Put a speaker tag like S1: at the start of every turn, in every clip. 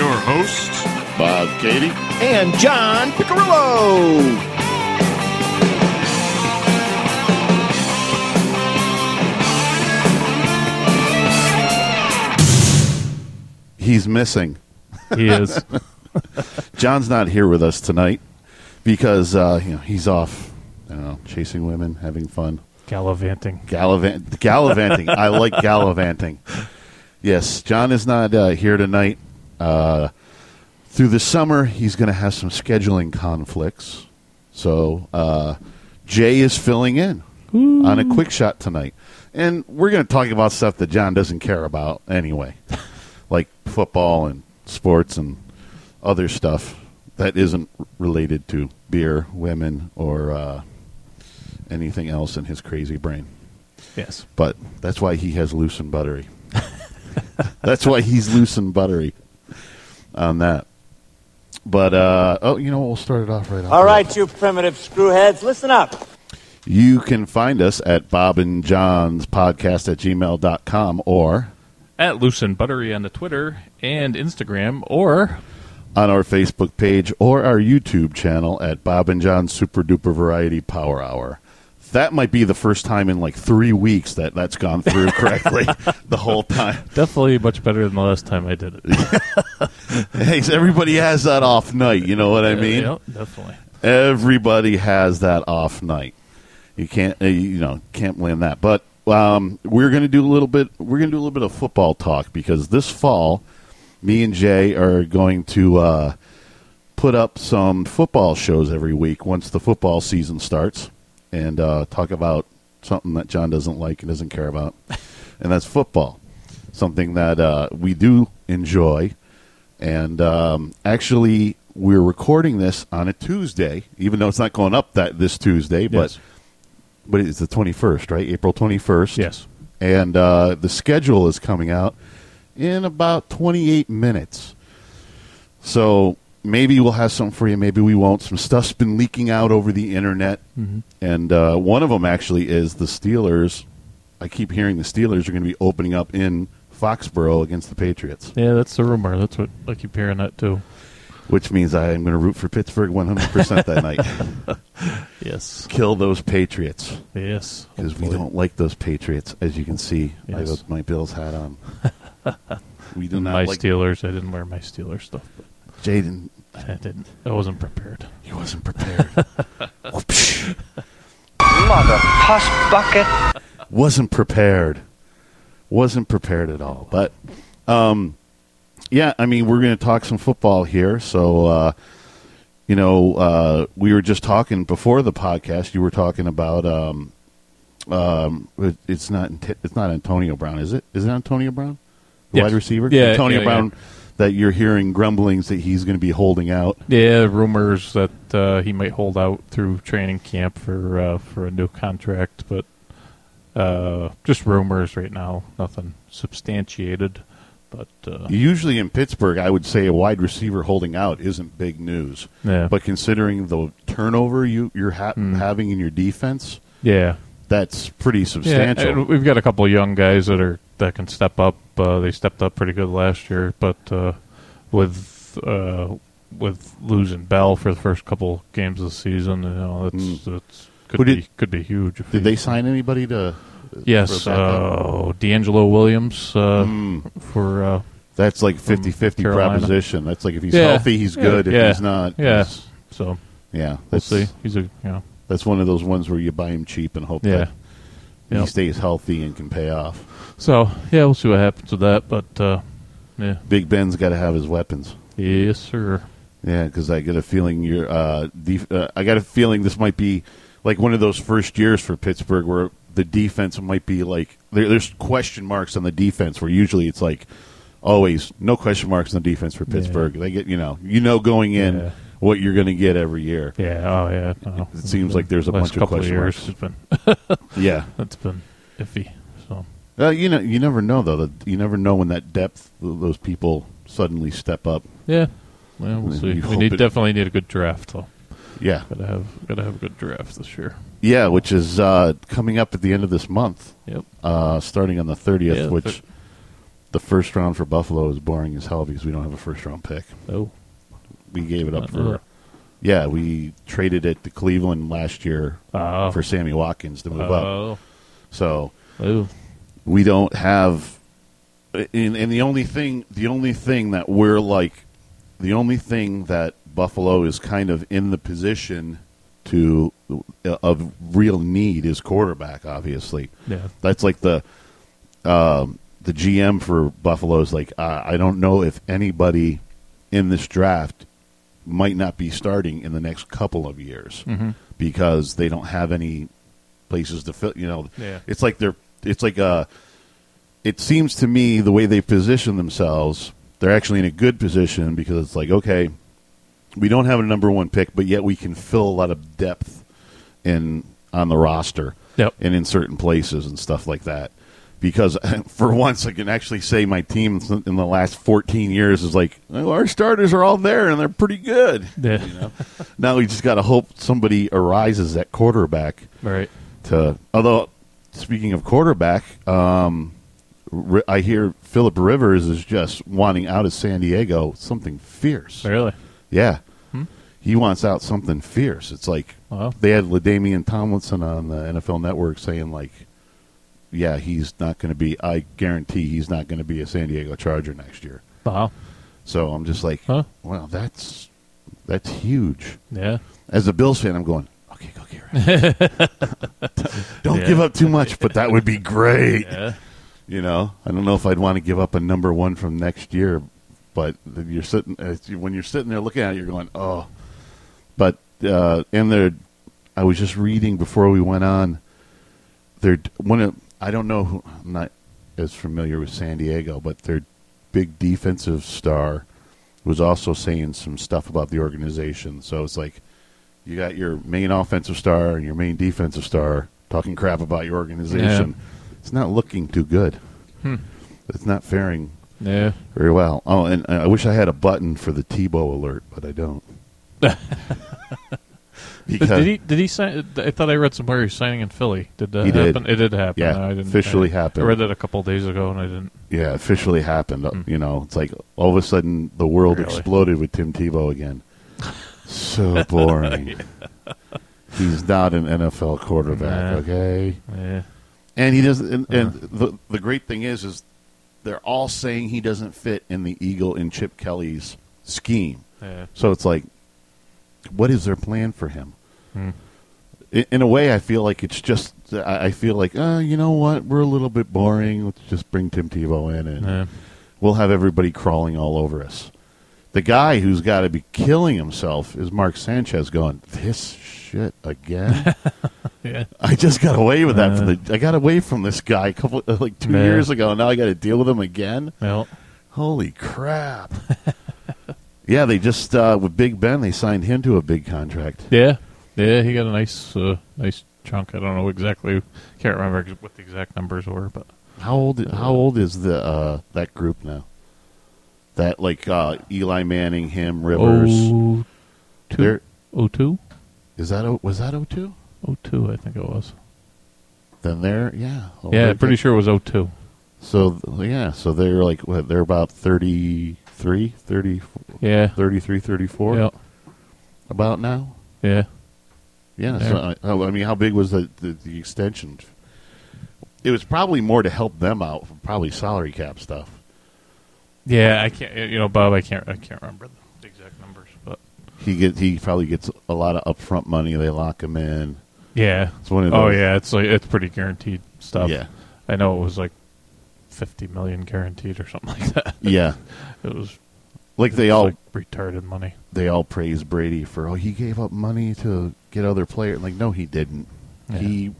S1: hosts, Bob Katie
S2: and John Picarillo.
S1: He's missing.
S3: He is.
S1: John's not here with us tonight because uh, you know he's off. I don't know, chasing women, having fun,
S3: Gallivanting.
S1: gallivant, gallivanting. I like gallivanting. Yes, John is not uh, here tonight. Uh, through the summer, he's going to have some scheduling conflicts, so uh, Jay is filling in on a quick shot tonight, and we're going to talk about stuff that John doesn't care about anyway, like football and sports and other stuff that isn't related to beer, women, or uh, anything else in his crazy brain.
S3: Yes.
S1: But that's why he has loose and buttery. that's why he's loose and buttery on that. But uh, oh, you know what? We'll start it off right off.
S4: All right, you primitive screwheads, listen up.
S1: You can find us at Bob and John's podcast at gmail.com or
S3: At Lucent Buttery on the Twitter and Instagram, or
S1: on our Facebook page or our YouTube channel at Bob and John's Super Duper Variety Power Hour. That might be the first time in like three weeks that that's gone through correctly the whole time.
S3: definitely much better than the last time I did it.
S1: Hey, everybody has that off night. You know what I mean?
S3: Yep, definitely.
S1: everybody has that off night. You can't, uh, you know, can't blame that. But um, we're going to do a little bit. We're going to do a little bit of football talk because this fall, me and Jay are going to uh, put up some football shows every week once the football season starts, and uh, talk about something that John doesn't like and doesn't care about, and that's football. Something that uh, we do enjoy, and um, actually we're recording this on a Tuesday, even though it's not going up that this Tuesday, but
S3: Yes.
S1: but it's the twenty first, right? April twenty first.
S3: Yes.
S1: and uh, the schedule is coming out in about twenty eight minutes. So maybe we'll have some for you, maybe we won't. Some stuff's been leaking out over the internet,
S3: Mm-hmm.
S1: and uh, one of them actually is the Steelers. I keep hearing the Steelers are going to be opening up in Foxborough against the Patriots.
S3: Yeah, that's the rumor. That's what I keep hearing that too.
S1: which means I am going to root for Pittsburgh 100% that night.
S3: Yes.
S1: Kill those Patriots
S3: Yes.
S1: because we
S3: Hopefully.
S1: don't like those Patriots, as you can see. I
S3: Yes.
S1: have my Bills um, hat on. We do not
S3: My
S1: like
S3: Steelers. I didn't wear my Steelers stuff.
S1: Jaden.
S3: But I didn't. I wasn't prepared.
S1: He wasn't prepared. Whoopsh.
S4: Mother puss bucket.
S1: wasn't prepared. Wasn't prepared at all. But um, yeah, I mean, we're going to talk some football here. So, uh, you know, uh, we were just talking before the podcast. You were talking about um, um, it- it's not it's not Antonio Brown, is it? Is it Antonio Brown, the
S3: Yes.
S1: wide receiver?
S3: Yeah,
S1: Antonio
S3: yeah,
S1: Brown.
S3: yeah.
S1: That you're hearing grumblings that he's going to be holding out.
S3: Yeah, rumors that uh, he might hold out through training camp for uh, for a new contract, but uh, just rumors right now. Nothing substantiated, but uh,
S1: Usually in Pittsburgh, I would say a wide receiver holding out isn't big news.
S3: Yeah.
S1: But considering the turnover you, you're ha- having in your defense,
S3: yeah,
S1: that's pretty
S3: yeah.
S1: substantial.
S3: And we've got a couple of young guys that are that can step up. Uh, they stepped up pretty good last year, but uh, with uh, with losing Bell for the first couple games of the season, you know, that's that's
S1: Hmm. Who
S3: could
S1: did-
S3: be could be huge. if
S1: Did
S3: he-
S1: they sign anybody to?
S3: Yes,
S1: for backup?
S3: uh, D'Angelo Williams uh,
S1: Hmm.
S3: for uh,
S1: that's like 50-50
S3: Carolina.
S1: proposition. That's like if he's
S3: Yeah.
S1: healthy, he's
S3: Yeah.
S1: good. If
S3: Yeah.
S1: he's not,
S3: yeah.
S1: he's-
S3: So
S1: yeah.
S3: we'll
S1: That's,
S3: see. He's a you know,
S1: That's one of those ones where you buy him cheap and hope
S3: yeah.
S1: that he
S3: Yep.
S1: stays healthy and can pay off.
S3: So yeah, we'll see what happens with that. But uh, yeah,
S1: Big Ben's got to have his weapons.
S3: yes, sir.
S1: Yeah, because I get a feeling you're. Uh, def- uh, I got a feeling this might be like one of those first years for Pittsburgh where the defense might be like there, there's question marks on the defense where usually it's like always no question marks on the defense for Pittsburgh. They get you know you know going in
S3: Yeah.
S1: what you're going to get every year.
S3: Yeah. Oh yeah. no.
S1: It seems like there's a
S3: Last
S1: bunch of
S3: couple
S1: question marks.
S3: years has been
S1: Yeah,
S3: that's been iffy. So
S1: uh, you know you never know though. That- You never know when that depth th- those people suddenly step up.
S3: yeah, yeah we'll
S1: You
S3: see. We
S1: hope
S3: need
S1: it-
S3: definitely need a good draft. though.
S1: Yeah,
S3: gotta have gotta have a good draft this year.
S1: yeah, which is uh, coming up at the end of this month.
S3: Yep.
S1: uh, starting on the 30th,
S3: Yeah,
S1: which
S3: thir-
S1: the first round for Buffalo is boring as hell because we don't have a first round pick.
S3: Oh,
S1: We gave it up
S3: Not
S1: for.
S3: really.
S1: Yeah, we traded it to Cleveland last year
S3: Oh.
S1: for Sammy Watkins to move up.
S3: oh,
S1: So
S3: oh,
S1: we don't have and, and the only thing the only thing that we're like the only thing that buffalo is kind of in the position to of real need is quarterback obviously
S3: yeah.
S1: that's like the um, the GM for Buffalo is like uh, I don't know if anybody in this draft might not be starting in the next couple of years
S3: Mhm.
S1: because they don't have any places to fill. You know,
S3: Yeah.
S1: it's like they're it's like uh It seems to me the way they position themselves, they're actually in a good position because it's like okay, we don't have a number one pick, but yet we can fill a lot of depth in on the roster
S3: Yep.
S1: and in certain places and stuff like that. Because for once, I can actually say my team in the last 14 years is like, well, our starters are all there and they're pretty good.
S3: Yeah.
S1: Now we just got to hope somebody arises at quarterback
S3: Right.
S1: to. Although, speaking of quarterback, um, ri I hear Philip Rivers is just wanting out of San Diego something fierce.
S3: Really.
S1: Yeah. He wants out something fierce. It's like
S3: Wow.
S1: they had LaDamian Tomlinson on the NFL network saying like yeah, he's not going to be I guarantee he's not going to be a San Diego Charger next year.
S3: Wow.
S1: So I'm just like,
S3: Huh.
S1: wow, that's that's huge.
S3: Yeah.
S1: As a Bills fan, I'm going, okay, go get rid Don't
S3: Yeah.
S1: give up too much, but that would be great.
S3: Yeah.
S1: You know, I don't know if I'd want to give up a number one from next year, but you're sitting it's- when you're sitting there looking at it, you're going, oh. But uh, and there, I was just reading before we went on. There, one of I don't know who I'm not as familiar with San Diego, but their big defensive star was also saying some stuff about the organization. So it's like you got your main offensive star and your main defensive star talking crap about your organization. It's not looking too good. It's not faring
S3: Hmm. Yeah.
S1: very well. Oh, and I wish I had a button for the Tebow alert, but I don't.
S3: But
S1: because
S3: did he? Did he sign? I thought I read somewhere he was signing in Philly. Did that
S1: He did.
S3: happen? It did happen.
S1: Yeah,
S3: No, I didn't,
S1: officially
S3: I,
S1: happened.
S3: I read that a couple days ago, and I didn't.
S1: yeah, officially happened. uh, You know, it's like all of a sudden the world
S3: Hmm. Really?
S1: exploded with Tim Tebow again. So boring. He's not an NFL quarterback,
S3: Nah. Uh-huh.
S1: okay?
S3: Yeah.
S1: And he doesn't. And, and the the great thing is, is they're all saying he doesn't fit in the Eagle and Chip Kelly's scheme.
S3: Yeah.
S1: So it's like, what is their plan for him?
S3: Hmm.
S1: I- In a way, I feel like it's just. I I feel like, uh, you know what? We're a little bit boring. Let's just bring Tim Tebow in, and
S3: Yeah.
S1: we'll have everybody crawling all over us. The guy who's got to be killing himself is Mark Sanchez. Going this shit again.
S3: Yeah.
S1: I just got away with that. From the, I got away from this guy a couple uh, like two
S3: Yeah.
S1: years ago. and Now I got to deal with him again.
S3: Well,
S1: Holy crap! yeah, they just uh, with Big Ben, they signed him to a big contract.
S3: yeah. Yeah. He got a nice, uh, nice chunk. I don't know exactly. Can't remember ex- what the exact numbers were, but
S1: How old? How old is the uh, that group now? That like uh, Eli Manning, him, Rivers.
S3: oh two,
S1: They're-
S3: oh two,
S1: Is that o- was that 02?
S3: oh two. I think it was.
S1: Then they're yeah Oh,
S3: yeah,
S1: they're-
S3: pretty sure it was oh two.
S1: So yeah, so they're like what, they're about 33, 30,
S3: Yeah.
S1: 33, 34
S3: Yeah.
S1: about now.
S3: Yeah.
S1: Yeah,
S3: There.
S1: so, I- oh, I mean, how big was the, the the extension? It was probably more to help them out, probably salary cap stuff.
S3: Yeah, I can't. You know, Bob, I can't. I can't remember the exact numbers, but
S1: He get he probably gets a lot of upfront money. They lock him in.
S3: yeah,
S1: It's one of
S3: oh
S1: those-
S3: yeah, it's like it's pretty guaranteed stuff.
S1: Yeah.
S3: I know it was like fifty million guaranteed or something like that.
S1: Yeah,
S3: It was
S1: like they
S3: it's
S1: all
S3: like retarded money.
S1: they all praise Brady for oh he gave up money to get other players. Like no, he didn't.
S3: Yeah.
S1: He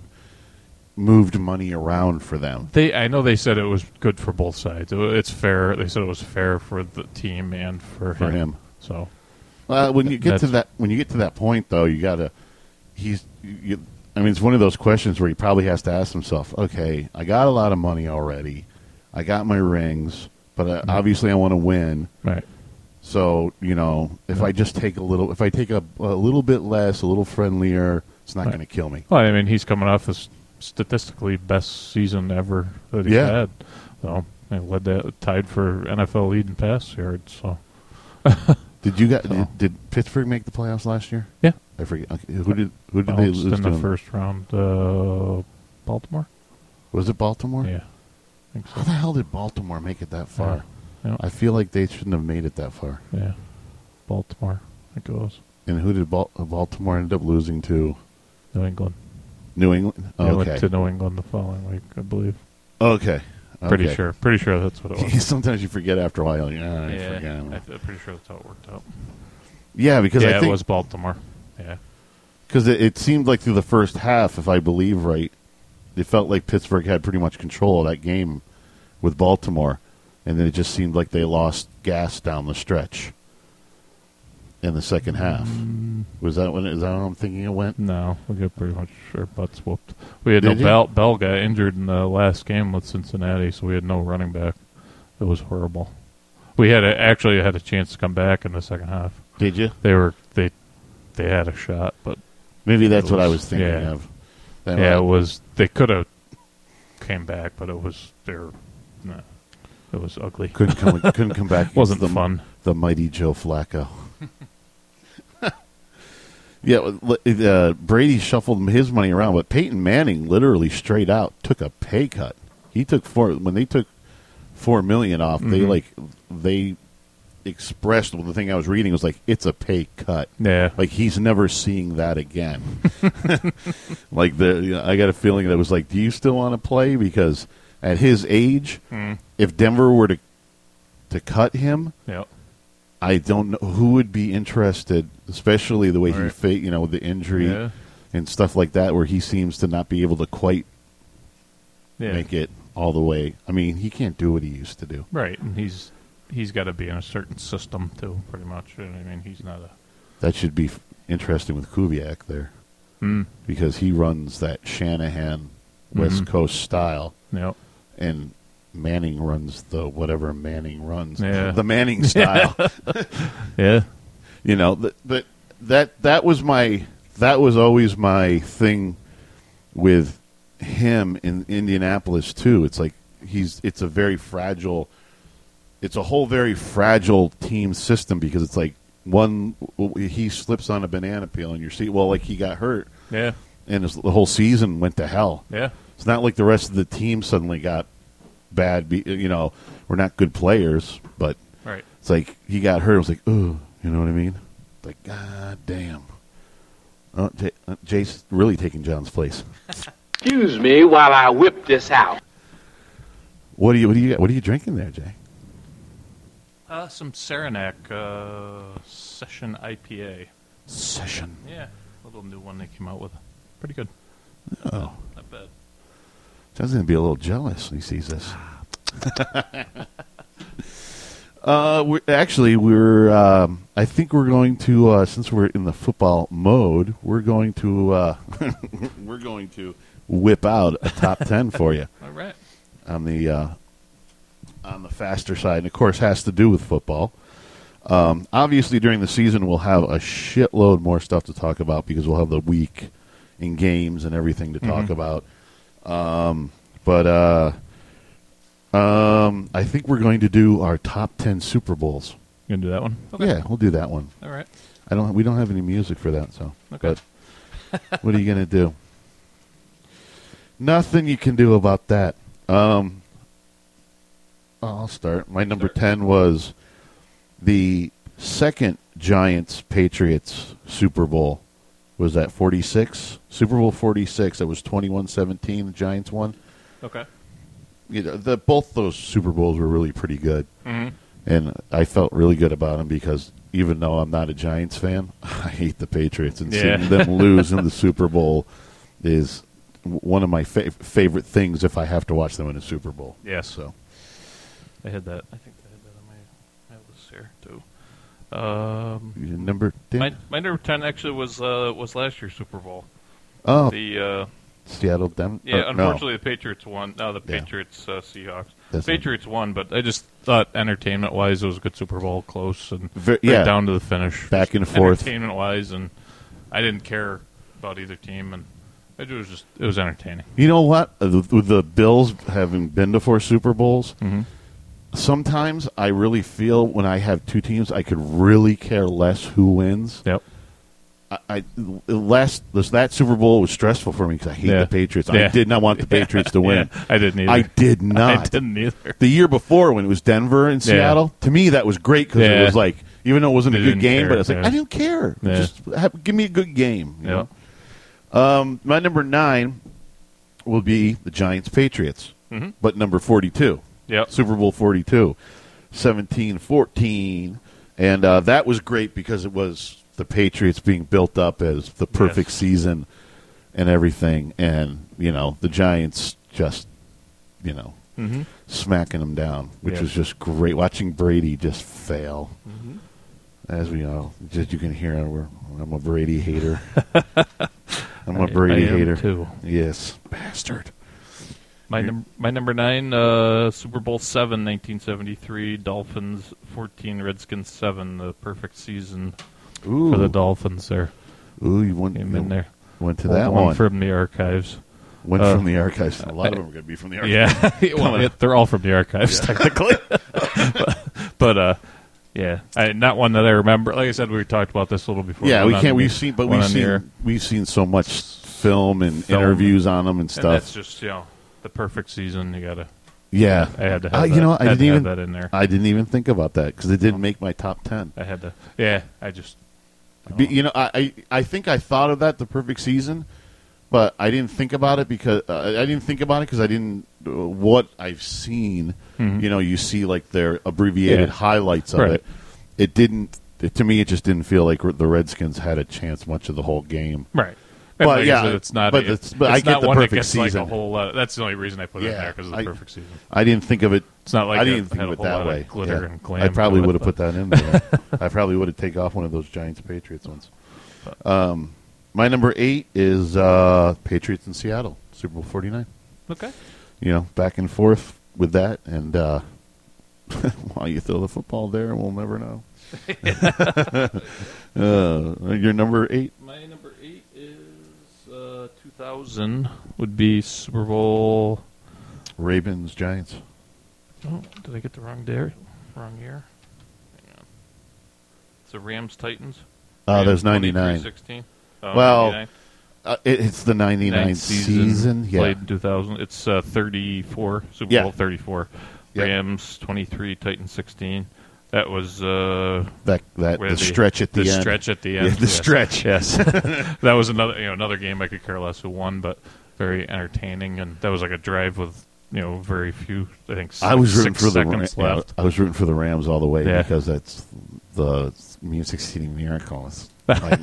S1: moved money around for them.
S3: They, I know they said it was good for both sides. It, wa- it's fair. They said it was fair for the team and for
S1: For
S3: him.
S1: him.
S3: So
S1: Well, when you get to
S3: That's-
S1: that when you get to that point though, you gotta. He's. You, you- I mean, it's one of those questions where he probably has to ask himself, "Okay, I got a lot of money already. I got my rings, but
S3: Mm-hmm.
S1: uh, obviously I want to win.
S3: right,
S1: So you know, if I just take a little, if I take a, a little bit less, a little friendlier, it's not
S3: Right.
S1: going to kill me.
S3: Well, I mean, he's coming off this statistically best season ever that he's
S1: Yeah.
S3: had. So They led that tied for NFL lead in pass yards. So
S1: Did you got did, did Pittsburgh make the playoffs last year?
S3: yeah,
S1: I forget okay, who did who did they
S3: bounced
S1: lose
S3: in
S1: to?
S3: the first round. Uh, Baltimore.
S1: Was it Baltimore?
S3: Yeah, I think
S1: How the hell did Baltimore make it that far?
S3: Yeah.
S1: I feel like they shouldn't have made it that far.
S3: Yeah, Baltimore. I think it was
S1: And who did Bal- Baltimore end up losing to?
S3: New England.
S1: New England.
S3: They went to
S1: Oh, Okay.
S3: New England the following week, I believe.
S1: Okay.
S3: Pretty
S1: Okay.
S3: sure. Pretty sure that's what it was.
S1: Sometimes you forget after a while. Like, "Ah, I forgot."
S3: I th- I'm pretty sure that's how it worked out.
S1: yeah, because
S3: Yeah,
S1: I
S3: it
S1: think
S3: was Baltimore. Yeah,
S1: because it, it seemed like through the first half, if I believe right, it felt like Pittsburgh had pretty much control of that game with Baltimore, and then it just seemed like they lost gas down the stretch in the second half.
S3: Mm.
S1: Was that when? Is that what I'm thinking? It went.
S3: no, we got pretty much our butts whooped. We had
S1: Did you?
S3: no Bell. Bell got injured in the last game with Cincinnati, so we had no running back. It was horrible. We had a, actually had a chance to come back in the second half.
S1: Did you?
S3: They were they they had a shot, but
S1: Maybe that's what I
S3: was-
S1: was thinking
S3: yeah.
S1: of. That
S3: yeah, it
S1: might-
S3: was they could have came back, but it was their no, it was ugly.
S1: couldn't come. couldn't come back. against
S3: Wasn't
S1: the,
S3: fun.
S1: The mighty Joe Flacco. yeah, well, li- uh, Brady shuffled his money around, but Peyton Manning literally straight out took a pay cut. He took four when they took four million off. They
S3: Mhm.
S1: like they expressed well, the thing I was reading was like it's a pay cut.
S3: Yeah,
S1: Like he's never seeing that again. like the, you know, I got a feeling that was like, do you still want to play? Because at his age,
S3: Mm.
S1: if Denver were to to cut him,
S3: yeah,
S1: I don't know who would be interested, especially the way he
S3: Right.
S1: fit, you know, the injury
S3: Yeah.
S1: and stuff like that, where he seems to not be able to quite
S3: yeah.
S1: make it all the way. I mean, he can't do what he used to do.
S3: Right, and he's he's got to be in a certain system too, pretty much. And I mean, he's not a
S1: That should be f- interesting with Kubiak there.
S3: mm,
S1: because he runs that Shanahan West
S3: Mhm.
S1: Coast style,
S3: no.
S1: and Manning runs the whatever Manning runs,
S3: Yeah.
S1: the Manning style.
S3: Yeah,
S1: you know, th- but that that was my that was always my thing with him in Indianapolis too. It's like he's it's a very fragile it's a whole very fragile team system because it's like one he slips on a banana peel and you see well like he got hurt
S3: yeah,
S1: and his, the whole season went to hell.
S3: yeah,
S1: It's not like the rest of the team suddenly got bad. Be, you know, we're not good players, but
S3: right.
S1: it's like he got hurt. It was like, ooh, you know what I mean? It's Like, god damn. Oh, J- uh, Jace really taking John's place.
S5: Excuse me while I whip this out.
S1: What do you? What do you? What are you drinking there, Jay?
S3: Uh, some Saranac uh, Session IPA.
S1: Session.
S3: Yeah, a little new one they came out with. Pretty good.
S1: Oh,
S3: Not bad.
S1: John's gonna be a little jealous when he sees this. uh, we're, actually, we're. Um, I think we're going to uh, since we're in the football mode, we're going to uh, we're going to whip out a top ten for you
S3: All right.
S1: on the uh, on the faster side, and of course, has to do with football. Um, obviously, during the season, we'll have a shitload more stuff to talk about because we'll have the week in games and everything to talk about. Um, but uh, um, I think we're going to do our top ten Super Bowls.
S3: You gonna do that one?
S1: Yeah, we'll do that one.
S3: All right.
S1: I don't. We don't have any music for that, so.
S3: Okay.
S1: But what are you gonna do? Nothing you can do about that. Um, I'll start. My number ten was the second Giants Patriots Super Bowl. Was that forty six? Super Bowl forty six. That was 21-17, The Giants won.
S3: Okay.
S1: You know, the, both those Super Bowls were really pretty good
S3: hmm
S1: and I felt really good about him because even though I'm not a Giants fan, I hate the Patriots, and
S3: Yeah.
S1: seeing them lose in the Super Bowl is w- one of my fa- favorite things. If I have to watch them in a Super Bowl,
S3: Yeah.
S1: so
S3: I had that. I think I had that on my, my list here too. Um,
S1: you number ten?
S3: my my number ten actually was uh, was last year's Super Bowl.
S1: oh,
S3: The uh,
S1: Seattle, Dem-
S3: Yeah,
S1: or Oh, no.
S3: unfortunately, the Patriots won. No, the
S1: Yeah.
S3: Patriots uh, Seahawks.
S1: That's not-
S3: Patriots won, but I just thought entertainment wise, it was a good Super Bowl, close and
S1: Ver-
S3: right
S1: yeah.
S3: down to the finish,
S1: Back and forth.
S3: Entertainment wise, and I didn't care about either team, and it was just it was entertaining. Mm-hmm.
S1: You know what? Uh, th- With the Bills having been to four Super Bowls, sometimes I really feel when I have two teams, I could really care less who wins.
S3: Yep.
S1: I, I last this, that Super Bowl was stressful for me because I hate
S3: Yeah.
S1: the Patriots. I
S3: Yeah.
S1: did not want the Patriots to win.
S3: Yeah, I didn't either.
S1: I did not.
S3: I didn't either.
S1: The year before when it was Denver and
S3: Yeah.
S1: Seattle, to me that was great because it
S3: Yeah.
S1: was like even though it wasn't
S3: They
S1: a good
S3: didn't
S1: game,
S3: care,
S1: but it's like
S3: yeah.
S1: I don't care.
S3: Yeah.
S1: Just have, give me a good game. you
S3: Yep.
S1: know? My number nine will be the Giants Patriots,
S3: Mhm.
S1: but number forty two.
S3: Yep.
S1: Super Bowl 42, 17 14. And uh, that was great because it was the Patriots being built up as the perfect
S3: Yes.
S1: season and everything. And, you know, the Giants just, you know,
S3: Mm-hmm.
S1: smacking them down, which
S3: Yes. Mm-hmm.
S1: was just great. Watching Brady just fail. As we all, just you can hear, we're, I'm a Brady hater. I'm a Brady
S3: I am
S1: hater.
S3: too.
S1: Yes, bastard.
S3: My num- my number nine, uh, Super Bowl seven, nineteen seventy three, Dolphins fourteen, Redskins seven, the perfect season
S1: Ooh,
S3: for the Dolphins. There
S1: Ooh, you went
S3: came
S1: you
S3: in there.
S1: Went to that
S3: Old
S1: one.
S3: from the archives.
S1: Went
S3: Uh,
S1: from the archives. and A lot of them are going to be from the archives.
S3: Yeah, well,
S1: on.
S3: yeah, they're all from the archives technically. but, but, uh, yeah, I, not one that I remember. Like I said, we talked about this a little before.
S1: yeah.
S3: One
S1: We
S3: on
S1: can't.
S3: the-
S1: We've seen, but
S3: one
S1: we've
S3: on the air.
S1: seen we've seen so much film and
S3: Film.
S1: interviews on them and stuff.
S3: And that's just you know the perfect season. You gotta.
S1: yeah,
S3: I had to.
S1: Uh,
S3: Have
S1: you
S3: that-
S1: know, I didn't
S3: had to have
S1: even
S3: that in there.
S1: I didn't even think about that because it didn't make my top ten.
S3: I had to. Yeah, I just.
S1: Be- you know, I, I I think I thought of that the perfect season, but I didn't think about it because uh, I didn't think about it because I didn't uh, what I've seen. You know, you see like their abbreviated
S3: Mm-hmm. Yeah.
S1: highlights of
S3: Right.
S1: it. It didn't. It, to me, it just didn't feel like the Redskins had a chance much of the whole game.
S3: Right.
S1: But,
S3: And like I
S1: yeah,
S3: said, it's not.
S1: but
S3: it's,
S1: it's- but I
S3: it's
S1: get
S3: not
S1: the
S3: one that
S1: perfect
S3: gets
S1: season.
S3: like a whole lot. That's the only reason I put it in
S1: Yeah,
S3: there because of the
S1: I-
S3: perfect season.
S1: I didn't think of it.
S3: It's not like
S1: I didn't
S3: it
S1: think
S3: had
S1: of
S3: a
S1: it
S3: whole
S1: that
S3: lot of
S1: way.
S3: glitter
S1: Yeah.
S3: and glam
S1: I probably
S3: to it,
S1: would have put
S3: but-
S1: that in there. I probably would have taken off one of those Giants Patriots ones. Um, my number eight is uh, Patriots in Seattle, Super Bowl forty nine.
S3: Okay.
S1: You know, back and forth with that, and uh, while you throw the football there, we'll never know. uh, your number eight.
S3: My number eight is uh, 2000 would be Super Bowl.
S1: Ravens, Giants.
S3: Oh, did I get the wrong dare? Wrong year? Hang on. It's the Rams Titans.
S1: Uh, there's
S3: Rams 23,
S1: 99.
S3: 16. Oh,
S1: Well,
S3: 99.
S1: Uh, it, it's the 99
S3: Ninth
S1: season. Yeah.
S3: Played in 2000. It's uh, 34, Super
S1: Yeah.
S3: Bowl 34.
S1: Yeah.
S3: Rams 23, Titans 16. That was uh,
S1: That, that
S3: where
S1: the, stretch at the, end.
S3: stretch at the
S1: Yeah,
S3: end.
S1: the
S3: yes.
S1: stretch.
S3: Yes. that was another you know another game I could care less who won, but very entertaining and that was like a drive with you know very few I think six,
S1: I was rooting
S3: six
S1: for the
S3: seconds
S1: Ra-
S3: left.
S1: I was rooting for the Rams all the way
S3: Yeah.
S1: because that's the Music City Miracle. It's like-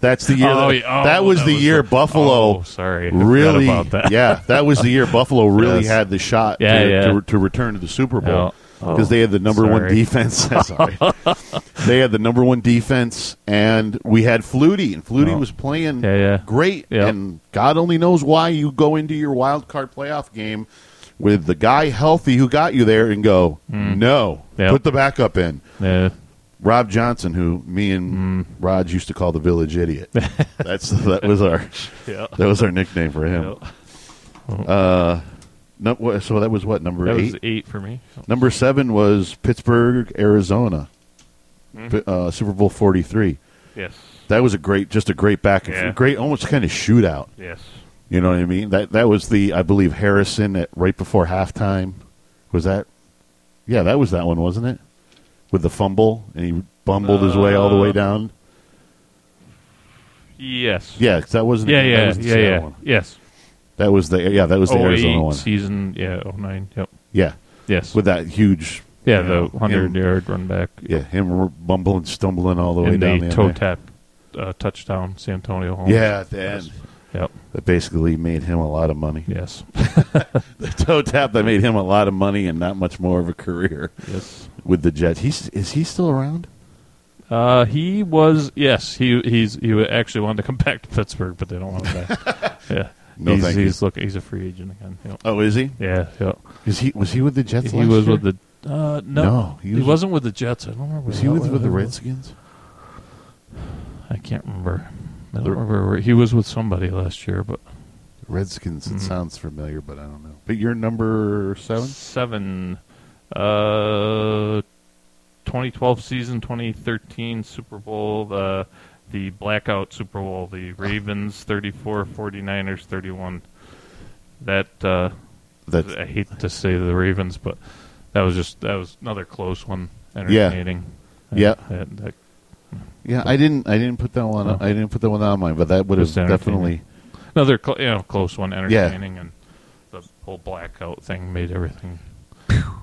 S1: that's the year.
S3: Oh,
S1: that,
S3: yeah. Oh,
S1: that was
S3: that
S1: the
S3: was
S1: year
S3: the-
S1: Buffalo.
S3: oh, sorry. I forgot
S1: really?
S3: about that.
S1: Yeah, that was the year Buffalo really
S3: Yes.
S1: had the shot
S3: Yeah,
S1: to,
S3: yeah.
S1: To, to return to the Super Bowl
S3: Oh, oh,
S1: because they had the number one
S3: sorry.
S1: defense. That's all right. they had the number one defense, and we had Flutie, and Flutie
S3: Oh.
S1: was playing
S3: Yeah, yeah.
S1: great.
S3: Yeah.
S1: And God only knows why you go into your wild card playoff game with the guy healthy who got you there and go,
S3: Hmm.
S1: no,
S3: Yeah.
S1: put the backup in.
S3: Yeah.
S1: Rob Johnson, who me
S3: Hmm.
S1: and Raj used to call the village idiot. That's that was our
S3: Yeah.
S1: that was our nickname for him.
S3: Yeah.
S1: No, wha- so that was what number
S3: That
S1: eight.
S3: was eight for me. Oh,
S1: Number seven was Pittsburgh, Arizona,
S3: Hmm.
S1: P- uh, Super Bowl forty three.
S3: Yes.
S1: That was a great, just a great back, and
S3: Yeah.
S1: f- great almost kind of shootout.
S3: Yes.
S1: You know what I mean? That that was the I believe Harrison at right before halftime. Was that? Yeah, that was that one, wasn't it? With the fumble and he bumbled his way all the
S3: Uh.
S1: way down.
S3: Yes.
S1: Yeah, 'cause that wasn't.
S3: Yeah,
S1: that
S3: yeah,
S1: was the
S3: yeah,
S1: Seattle
S3: yeah.
S1: one.
S3: Yes.
S1: That was the yeah, that was the
S3: Oh,
S1: Arizona
S3: eight
S1: one.
S3: season. Yeah, oh nine. Yep.
S1: Yeah,
S3: Yes.
S1: with that huge.
S3: yeah,
S1: you know,
S3: the hundred
S1: him-
S3: yard run back.
S1: Yeah, him r- bumbling, stumbling all the way
S3: and
S1: down
S3: the
S1: the
S3: toe
S1: end there.
S3: tap uh, touchdown, San Antonio Holmes.
S1: Yeah, at the end.
S3: Yep.
S1: That basically made him a lot of money.
S3: Yes.
S1: The toe tap that made him a lot of money and not much more of a career
S3: yes.
S1: with the Jets. He's is he still around?
S3: Uh, he was yes. He he's he actually wanted to come back to Pittsburgh, but they don't want him back. yeah.
S1: No,
S3: he's,
S1: thank you.
S3: he's look. He's a free agent again. Yep.
S1: Oh, is he?
S3: Yeah. Yep.
S1: Is he was he with the Jets?
S3: He
S1: last
S3: was
S1: year?
S3: with the. Uh, no,
S1: No, he
S3: he,
S1: was-
S3: was, not with the Jets. I don't remember.
S1: Was he
S3: that
S1: with, with the
S3: one.
S1: Redskins?
S3: I can't remember. I don't
S1: The-
S3: remember. Where, he was with somebody last year, but Mm-hmm.
S1: Redskins. It sounds familiar, but I don't know. But you're number seven.
S3: seven. Uh, 2012 season, 2013 Super Bowl, the the blackout Super Bowl, the Ravens 34, 49ers 31. That uh,
S1: That's
S3: I hate to say the Ravens, but that was just that was another close one, entertaining.
S1: Yeah.
S3: That- that-
S1: yeah. I didn't. I didn't put that one.
S3: No.
S1: I didn't put that one on mine, but that would have
S3: Just entertaining.
S1: definitely.
S3: another cl- you know, close one, entertaining, and the whole blackout thing made everything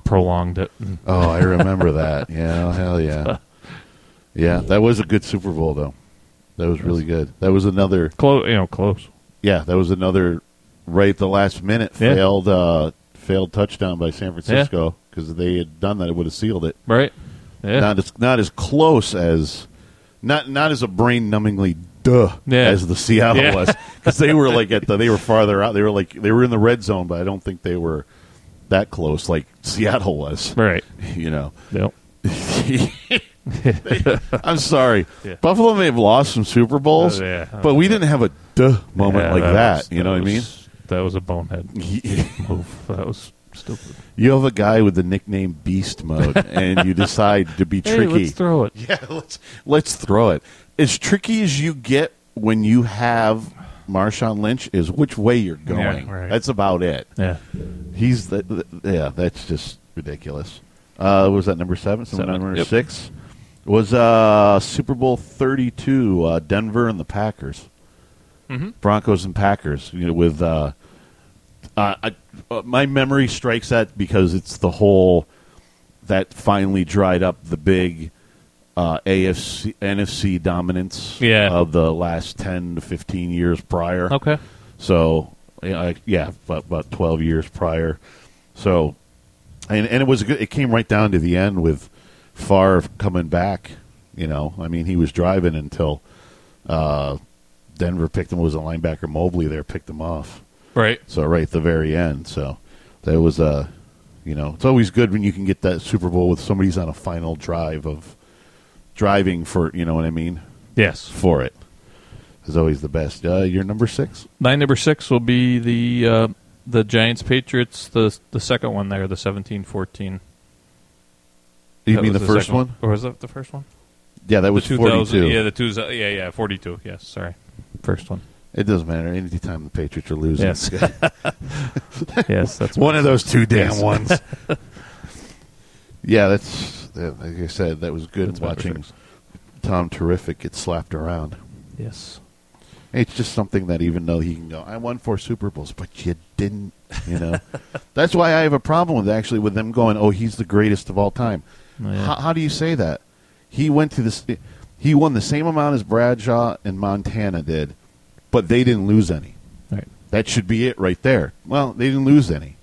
S3: prolonged it.
S1: Oh, I remember that. Yeah, hell yeah, yeah. That was a good Super Bowl though. That was really good. That was another.
S3: Close, you know, close.
S1: Yeah, that was another right at the last minute
S3: Yeah.
S1: failed uh, failed touchdown by San Francisco because they had done that it would have sealed it.
S3: Right? Yeah.
S1: Not as not as close as not not as a brain numbingly duh
S3: Yeah.
S1: as the Seattle
S3: Yeah.
S1: was because they were like at the they were farther out. They were like they were in the red zone, but I don't think they were that close like Seattle was.
S3: right.
S1: You know.
S3: Yep.
S1: I'm sorry.
S3: Yeah.
S1: Buffalo may have lost some Super Bowls,
S3: Oh, yeah.
S1: but we didn't have a duh moment
S3: Yeah,
S1: like that.
S3: was-
S1: you know what
S3: was- That was a bonehead
S1: I mean?
S3: move. That was stupid.
S1: You have a guy with the nickname Beast Mode, and you decide to be
S3: Hey,
S1: tricky.
S3: let's throw it.
S1: yeah, let's let's throw it. As tricky as you get when you have Marshawn Lynch is which way you're going.
S3: right.
S1: That's about it.
S3: Yeah.
S1: He's the, the- yeah. That's just ridiculous. Uh, what was that number seven? Someone
S3: Seven,
S1: Number
S3: yep.
S1: six was uh, Super Bowl thirty two. Uh, Denver and the Packers.
S3: Mm-hmm.
S1: Broncos and Packers. You know, with uh, uh, I, uh, my memory strikes that because it's the whole that finally dried up the big uh, AFC NFC dominance
S3: Yeah.
S1: of the last ten to fifteen years prior.
S3: Okay.
S1: So yeah, I- yeah, about, about twelve years prior. So, and and it was a good. It came right down to the end with Favre coming back. You know, I mean, he was driving until uh, Denver picked him. It was a linebacker Mobley there picked him off.
S3: Right.
S1: So right at the very end. So that was a. You know, it's always good when you can get that Super Bowl with somebody's on a final drive of driving for. You know what I mean?
S3: Yes.
S1: For it is always the best. Uh, you're number six.
S3: Nine number six will be the uh, the Giants Patriots. The the second one there, the seventeen fourteen.
S1: You
S3: That
S1: mean the
S3: was
S1: first
S3: second
S1: one?
S3: or was that the first one?
S1: Yeah, that was
S3: the
S1: 42.
S3: Yeah, the two. Yeah, yeah, forty-two. Yes, sorry, first one.
S1: It doesn't matter. Anytime the Patriots are losing,
S3: Yes.
S1: it's good.
S3: yes, that's
S1: one of those two damn
S3: Yes.
S1: ones. yeah, that's that- like I said. That was good
S3: That's my
S1: watching
S3: preference.
S1: Tom Terrific get slapped around.
S3: Yes,
S1: It's just something that even though he can go, I won four Super Bowls, but you didn't. You know, that's why I have a problem with actually with them going, oh, he's the greatest of all time.
S3: Oh, Yeah.
S1: How, how do you say that? He went to this. He won the same amount as Bradshaw and Montana did, but they didn't lose any.
S3: right.
S1: That should be it right there. Well, they didn't lose any.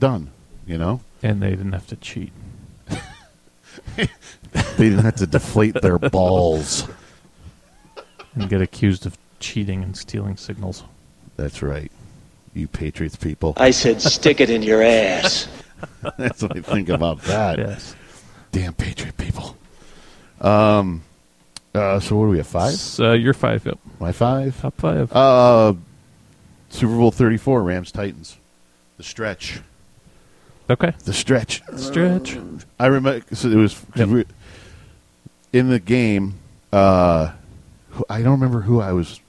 S1: Done. You know,
S3: And they didn't have to cheat.
S1: they didn't have to deflate their balls.
S3: and get accused of cheating and stealing signals.
S1: That's right, you Patriots people.
S6: I said, stick it in your ass.
S1: That's what I think about that.
S3: Yes.
S1: Damn Patriot people. Um, uh, so what are we at five?
S3: So, Uh, you're five. Yep.
S1: My five.
S3: Top five.
S1: Uh, Super Bowl thirty four, Rams Titans. The stretch.
S3: okay.
S1: The stretch.
S3: Stretch.
S1: I remember so it was 'cause
S3: Yep.
S1: we- in the game. Uh, who- I don't remember who I was.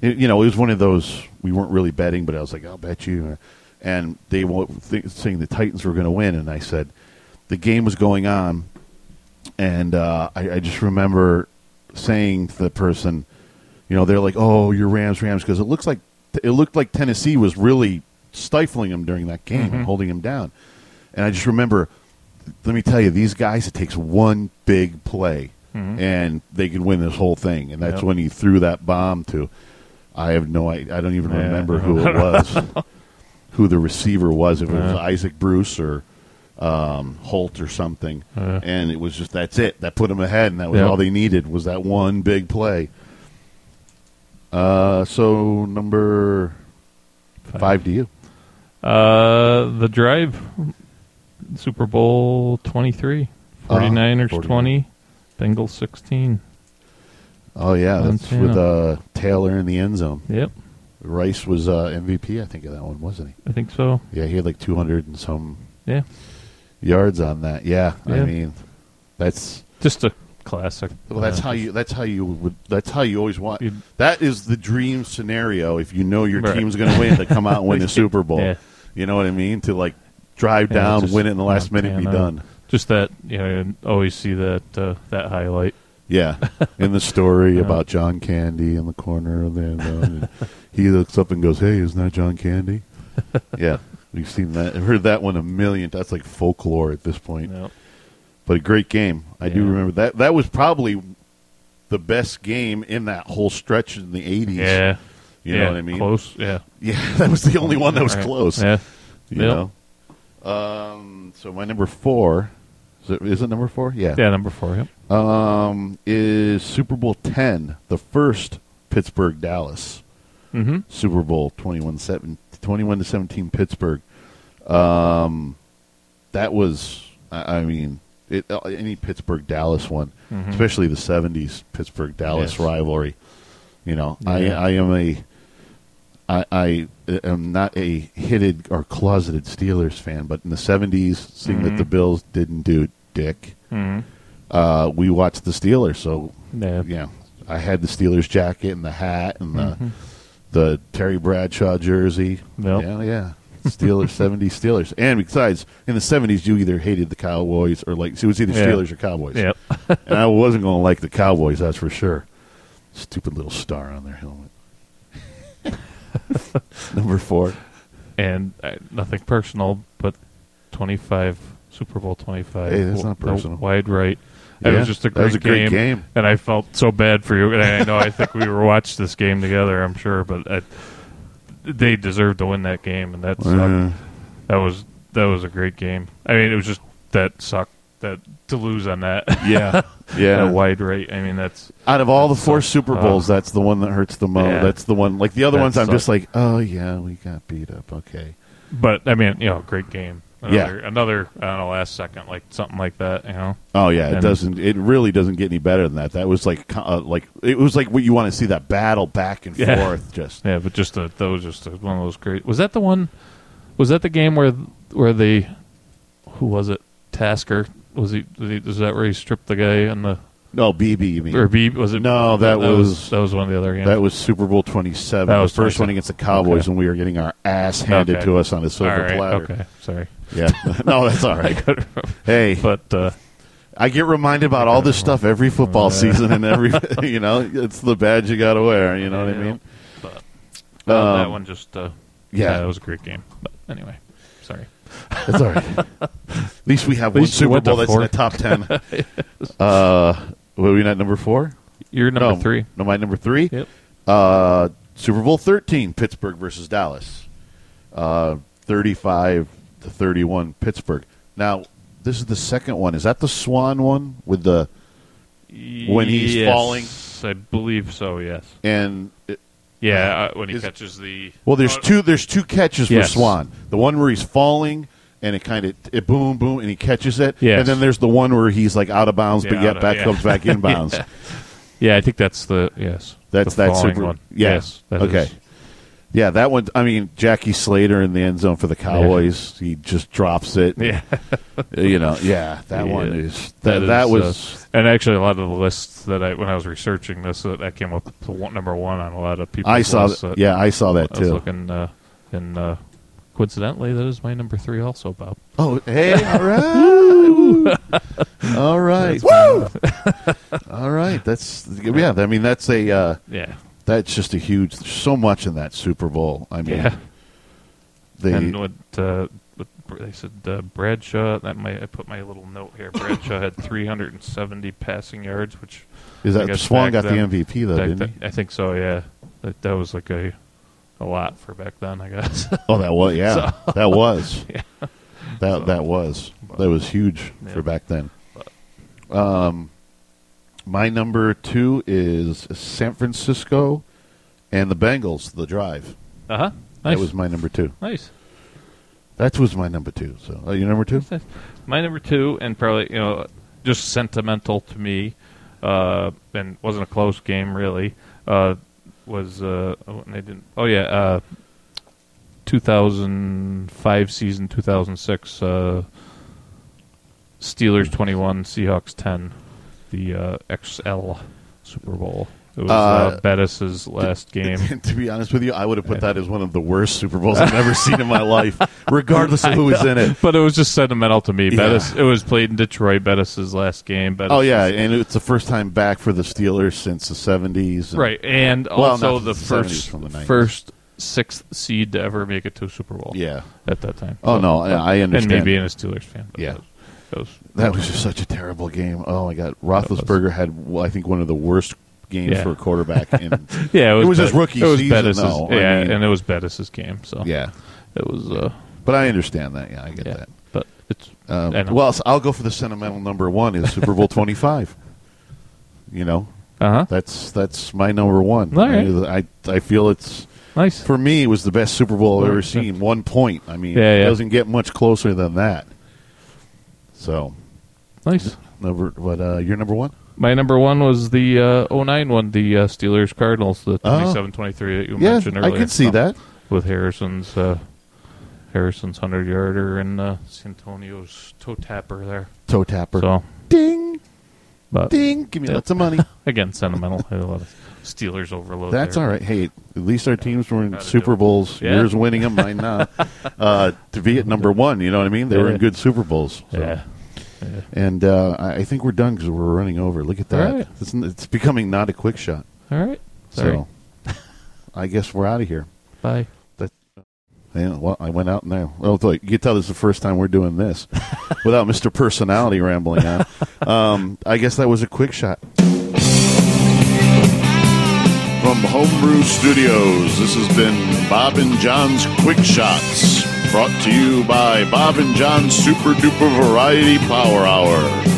S1: It, you know, it was one of those we weren't really betting, but I was like, "I'll bet you." And they were th- saying the Titans were going to win, and I said the game was going on, and uh, I, I just remember saying to the person, you know, they're like, "Oh, you're Rams, Rams," because it looks like it looked like Tennessee was really stifling him during that game and holding him down. And I just remember, let me tell you, these guys, it takes one big play, and they could win this whole thing. And that's
S3: Yep.
S1: when he threw that bomb to. I have no, I, I don't even
S3: Yeah.
S1: remember who it was, who the receiver was, if it was Isaac Bruce or um, Holt or something.
S3: Yeah.
S1: And it was just that's it. That put them ahead, and that was
S3: Yeah.
S1: all they needed was that one big play. Uh, so number five, to you.
S3: Uh, the drive. Super Bowl 23.
S1: Ah,
S3: 49ers
S1: 49.
S3: 20. Bengals 16.
S1: Oh yeah, that's
S3: Montana.
S1: with uh, Taylor in the end zone.
S3: Yep.
S1: Rice was uh, MVP, I think, of that one, wasn't
S3: I think so.
S1: he? Yeah, he had like two hundred and some.
S3: Yeah.
S1: yards on that. Yeah, I
S3: Yeah.
S1: mean, that's
S3: Just a classic.
S1: well, that's
S3: Uh,
S1: how you that's how you would that's how you always want.
S3: You'd-
S1: That is the dream scenario if you know your
S3: Right.
S1: team's going to win to come out and win the Super Bowl.
S3: Yeah.
S1: You know what I mean? To like drive
S3: yeah,
S1: down,
S3: just
S1: win it in the last minute, and be
S3: Montana.
S1: done.
S3: Just that you know, you always see that uh, that highlight.
S1: Yeah, in the story
S3: Uh-huh.
S1: about John Candy in the corner of the end zone, and he looks up and goes, "Hey, isn't that John Candy?" Yeah, we've seen that, heard that one a million. That's like folklore at this point.
S3: You know.
S1: But a great game. I do
S3: Yeah.
S1: remember that. That was probably the best game in that whole stretch in the eighties.
S3: Yeah,
S1: you
S3: Yeah,
S1: know what I mean.
S3: Close. Yeah,
S1: Yeah, that was the only one that was
S3: Right.
S1: close.
S3: Yeah,
S1: You
S3: Yep.
S1: know. Um. So my number four. Is it, is it number four? Um,
S3: yeah. Number four. Yep.
S1: is Super Bowl ten, the first Pittsburgh Dallas
S3: Mm-hmm.
S1: Super Bowl 21, 7, 21 to seventeen Pittsburgh. Um, that was I, I mean it, uh, any Pittsburgh Dallas one,
S3: Mhm.
S1: especially the seventies Pittsburgh Dallas
S3: Yes.
S1: rivalry. You know,
S3: Yeah.
S1: I I am a I, I uh, am not a hitted or closeted Steelers fan, but in the seventies, seeing that the Bills didn't do dick,
S3: Mm-hmm.
S1: uh, we watched the Steelers. So
S3: Yeah.
S1: yeah, I had the Steelers jacket and the hat and the the Terry Bradshaw jersey.
S3: Mm-hmm. Yep.
S1: Yeah, yeah. Steelers, 70s Steelers. And besides, in the 70s, you either hated the Cowboys or like, it was either
S3: Yeah.
S1: Steelers or Cowboys.
S3: Yep.
S1: and I wasn't going to like the Cowboys, that's for sure. Stupid little star on their helmet. Number four.
S3: and uh, nothing personal, but 25 Super Bowl 25.
S1: Hey, that's not
S3: w- the
S1: personal.
S3: Wide right. It
S1: Yeah,
S3: was just a
S1: that
S3: great,
S1: was a great game.
S3: and I felt so bad for you. And I know I think we were watched this game together. I'm sure, but I, they deserved to win that game, and that sucked.
S1: Uh,
S3: That was that was a great game. I mean, it was just that sucked that to lose on that
S1: yeah.
S3: that
S1: Yeah.
S3: wide right. I mean, that's
S1: Out of all the
S3: That
S1: four
S3: sucked.
S1: Super Bowls, that's the one that hurts the most.
S3: Yeah.
S1: That's the one. Like the other
S3: That
S1: ones, I'm just
S3: sucked.
S1: like, oh, yeah, we got beat up. Okay.
S3: but I mean, you know, great game.
S1: Yeah.
S3: Another, another I don't know, last second, like something like that. You know,
S1: Oh yeah, it
S3: And-
S1: doesn't. It really doesn't get any better than that. That was like, co- uh, like it was like what you want to see that battle back and
S3: Yeah.
S1: forth. Just
S3: Yeah, but just the, that was just a, one of those great. Was that the one? Was that the game where where they who was it? Tasker was he? Was, he, was that where he stripped the guy on the
S1: no BB. You mean
S3: or B? Was it?
S1: No, that was-
S3: that was one of the other games.
S1: that was Super Bowl twenty seven,
S3: That
S1: the
S3: was
S1: first one
S3: 27.
S1: against the Cowboys,
S3: Okay.
S1: when we were getting our ass handed
S3: Okay.
S1: to us on a silver
S3: all right.
S1: platter.
S3: Okay, sorry,
S1: Yeah, no, that's all right. hey,
S3: but uh,
S1: I get reminded about all this stuff every football season and every. You know, it's the badge you got to wear. You know what I
S3: Yeah.
S1: mean?
S3: well, that one just uh,
S1: Um, yeah.
S3: that was a great game. But anyway, sorry.
S1: That's all right. At least we have one
S3: least you
S1: Super
S3: went to
S1: Bowl that's in the
S3: four.
S1: top ten. Uh, were we not number four?
S3: You're number
S1: no,
S3: three.
S1: No, my number three.
S3: Yep.
S1: Uh, Super Bowl thirteen, Pittsburgh versus Dallas. Uh, thirty-five to thirty-one, Pittsburgh. Now this is the second one. Is that the Swan one with the When he's
S3: Yes,
S1: falling?
S3: I believe so. Yes.
S1: and? It,
S3: Yeah, uh, when he
S1: Is-
S3: catches the
S1: well, there's
S3: Oh,
S1: two. There's two catches
S3: Yes.
S1: for Swan. The one where he's falling. And it kind of it boom boom, and he catches it.
S3: Yes.
S1: And then there's the one where he's like out of bounds,
S3: Yeah,
S1: but yet
S3: out of-
S1: back
S3: yeah.
S1: comes back inbounds.
S3: Yeah, I think that's the yes.
S1: That's
S3: the
S1: that
S3: falling
S1: super
S3: one.
S1: yeah.
S3: Yes. that
S1: okay.
S3: is-
S1: Yeah, that one. I mean, Jackie Slater in the end zone for the Cowboys. He just drops it.
S3: Yeah.
S1: You know. Yeah, that
S3: Yeah.
S1: one is that.
S3: That
S1: That,
S3: is,
S1: was.
S3: uh, and actually a lot of the lists that I when I was researching this uh, that came up to one, number one on a lot of people's
S1: I saw.
S3: lists.
S1: That,
S3: that
S1: yeah, I saw that
S3: I was
S1: too.
S3: looking uh, and uh, coincidentally that is my number three also, Bob.
S1: Oh, hey, all right, all right, woo, all right. That's yeah. I mean, that's a uh,
S3: Yeah.
S1: that's just a huge. There's so much in that Super Bowl. I mean,
S3: Yeah.
S1: they
S3: and what uh, what they said uh, Bradshaw that my I put my little note here. Bradshaw had three hundred and seventy passing yards, which
S1: is
S3: I
S1: that
S3: guess
S1: Swan
S3: back
S1: got
S3: then-
S1: the MVP though,
S3: Back
S1: didn't
S3: then-
S1: he?
S3: I think so. Yeah, that, that was like a a lot for back then. I guess.
S1: Oh, that was yeah, that was
S3: Yeah.
S1: that that was that was huge
S3: Yeah.
S1: for back then. Um, my number two is San Francisco and the Bengals. The drive
S3: uh huh. Nice.
S1: that was my number two.
S3: nice.
S1: That was my number two. So, oh, your number two?
S3: My number two, and probably you know, just sentimental to me, uh, and wasn't a close game really. Uh, was uh, oh, and I didn't. Oh yeah, uh, 2005 season, 2006 uh, Steelers 21, Seahawks 10, the uh, XL Super Bowl. It was uh,
S1: Uh,
S3: Bettis's last game.
S1: to be honest with you, I would have put that as one of the worst Super Bowls I've ever seen in my life, regardless of who was in it.
S3: But it was just sentimental to me.
S1: Yeah.
S3: Bettis, it was played in Detroit. Bettis's last game. Bettis
S1: Oh yeah, and it's the first time back for the Steelers since the seventies.
S3: right. And
S1: Well,
S3: also
S1: not
S3: the,
S1: the 70s
S3: first
S1: from the 90s.
S3: first sixth seed to ever make it to a Super Bowl.
S1: Yeah.
S3: at that time.
S1: Oh no, I, I
S3: and
S1: understand.
S3: me being a Steelers fan. but
S1: Yeah.
S3: that was- that was-
S1: That was just such a terrible game. Oh my God, Roethlisberger had well, I think one of the worst games
S3: Yeah.
S1: for a quarterback. In,
S3: yeah, it was,
S1: It was his
S3: Bet-
S1: rookie
S3: It was
S1: season,
S3: Bettis's,
S1: though. I
S3: yeah,
S1: mean-
S3: and it was Bettis's game. So
S1: yeah,
S3: it was. Uh,
S1: but I understand that. Yeah, I get
S3: yeah,
S1: that.
S3: but it's
S1: Um,
S3: I know.
S1: well, so I'll go for the sentimental number one is Super Bowl twenty five. You know,
S3: uh huh.
S1: that's that's my number one.
S3: All right.
S1: I, I I feel it's
S3: Nice.
S1: for me it was the best Super Bowl I've ever seen. One point. I mean,
S3: Yeah,
S1: it
S3: yeah.
S1: doesn't get much closer than that. So
S3: nice.
S1: number, what uh, your number one?
S3: My number one was the uh, 09 one, the uh, Steelers Cardinals, the 27 23 that you
S1: Oh. yeah,
S3: mentioned
S1: I
S3: earlier. Oh.
S1: could see
S3: So,
S1: that.
S3: With Harrison's uh, Harrison's 100 yarder and uh, Santonio's toe tapper there.
S1: Toe tapper.
S3: So,
S1: Ding.
S3: but
S1: Ding! Give me
S3: Yep.
S1: lots of money.
S3: again, sentimental. I had a lot of Steelers overload.
S1: That's
S3: there.
S1: all right. Hey, at least our teams were in
S3: Gotta do
S1: Super
S3: it.
S1: Bowls.
S3: Yeah.
S1: Yours winning them, mine not. uh, to be at number one, you know what I mean? They were in
S3: Yeah.
S1: good Super Bowls. so.
S3: Yeah.
S1: And uh, I I think we're done because we're running over. Look at that.
S3: All right.
S1: It's, it's becoming not a quick shot.
S3: All right. Sorry.
S1: So I guess we're out of here.
S3: Bye.
S1: That, yeah, well, I went out and there. Well, look, you can tell this is the first time we're doing this without Mr. Personality rambling on. Um, I guess that was a quick shot. From Homebrew Studios, this has been Bob and John's Quick Shots, brought to you by Bob and John's Super Duper Variety Power Hour.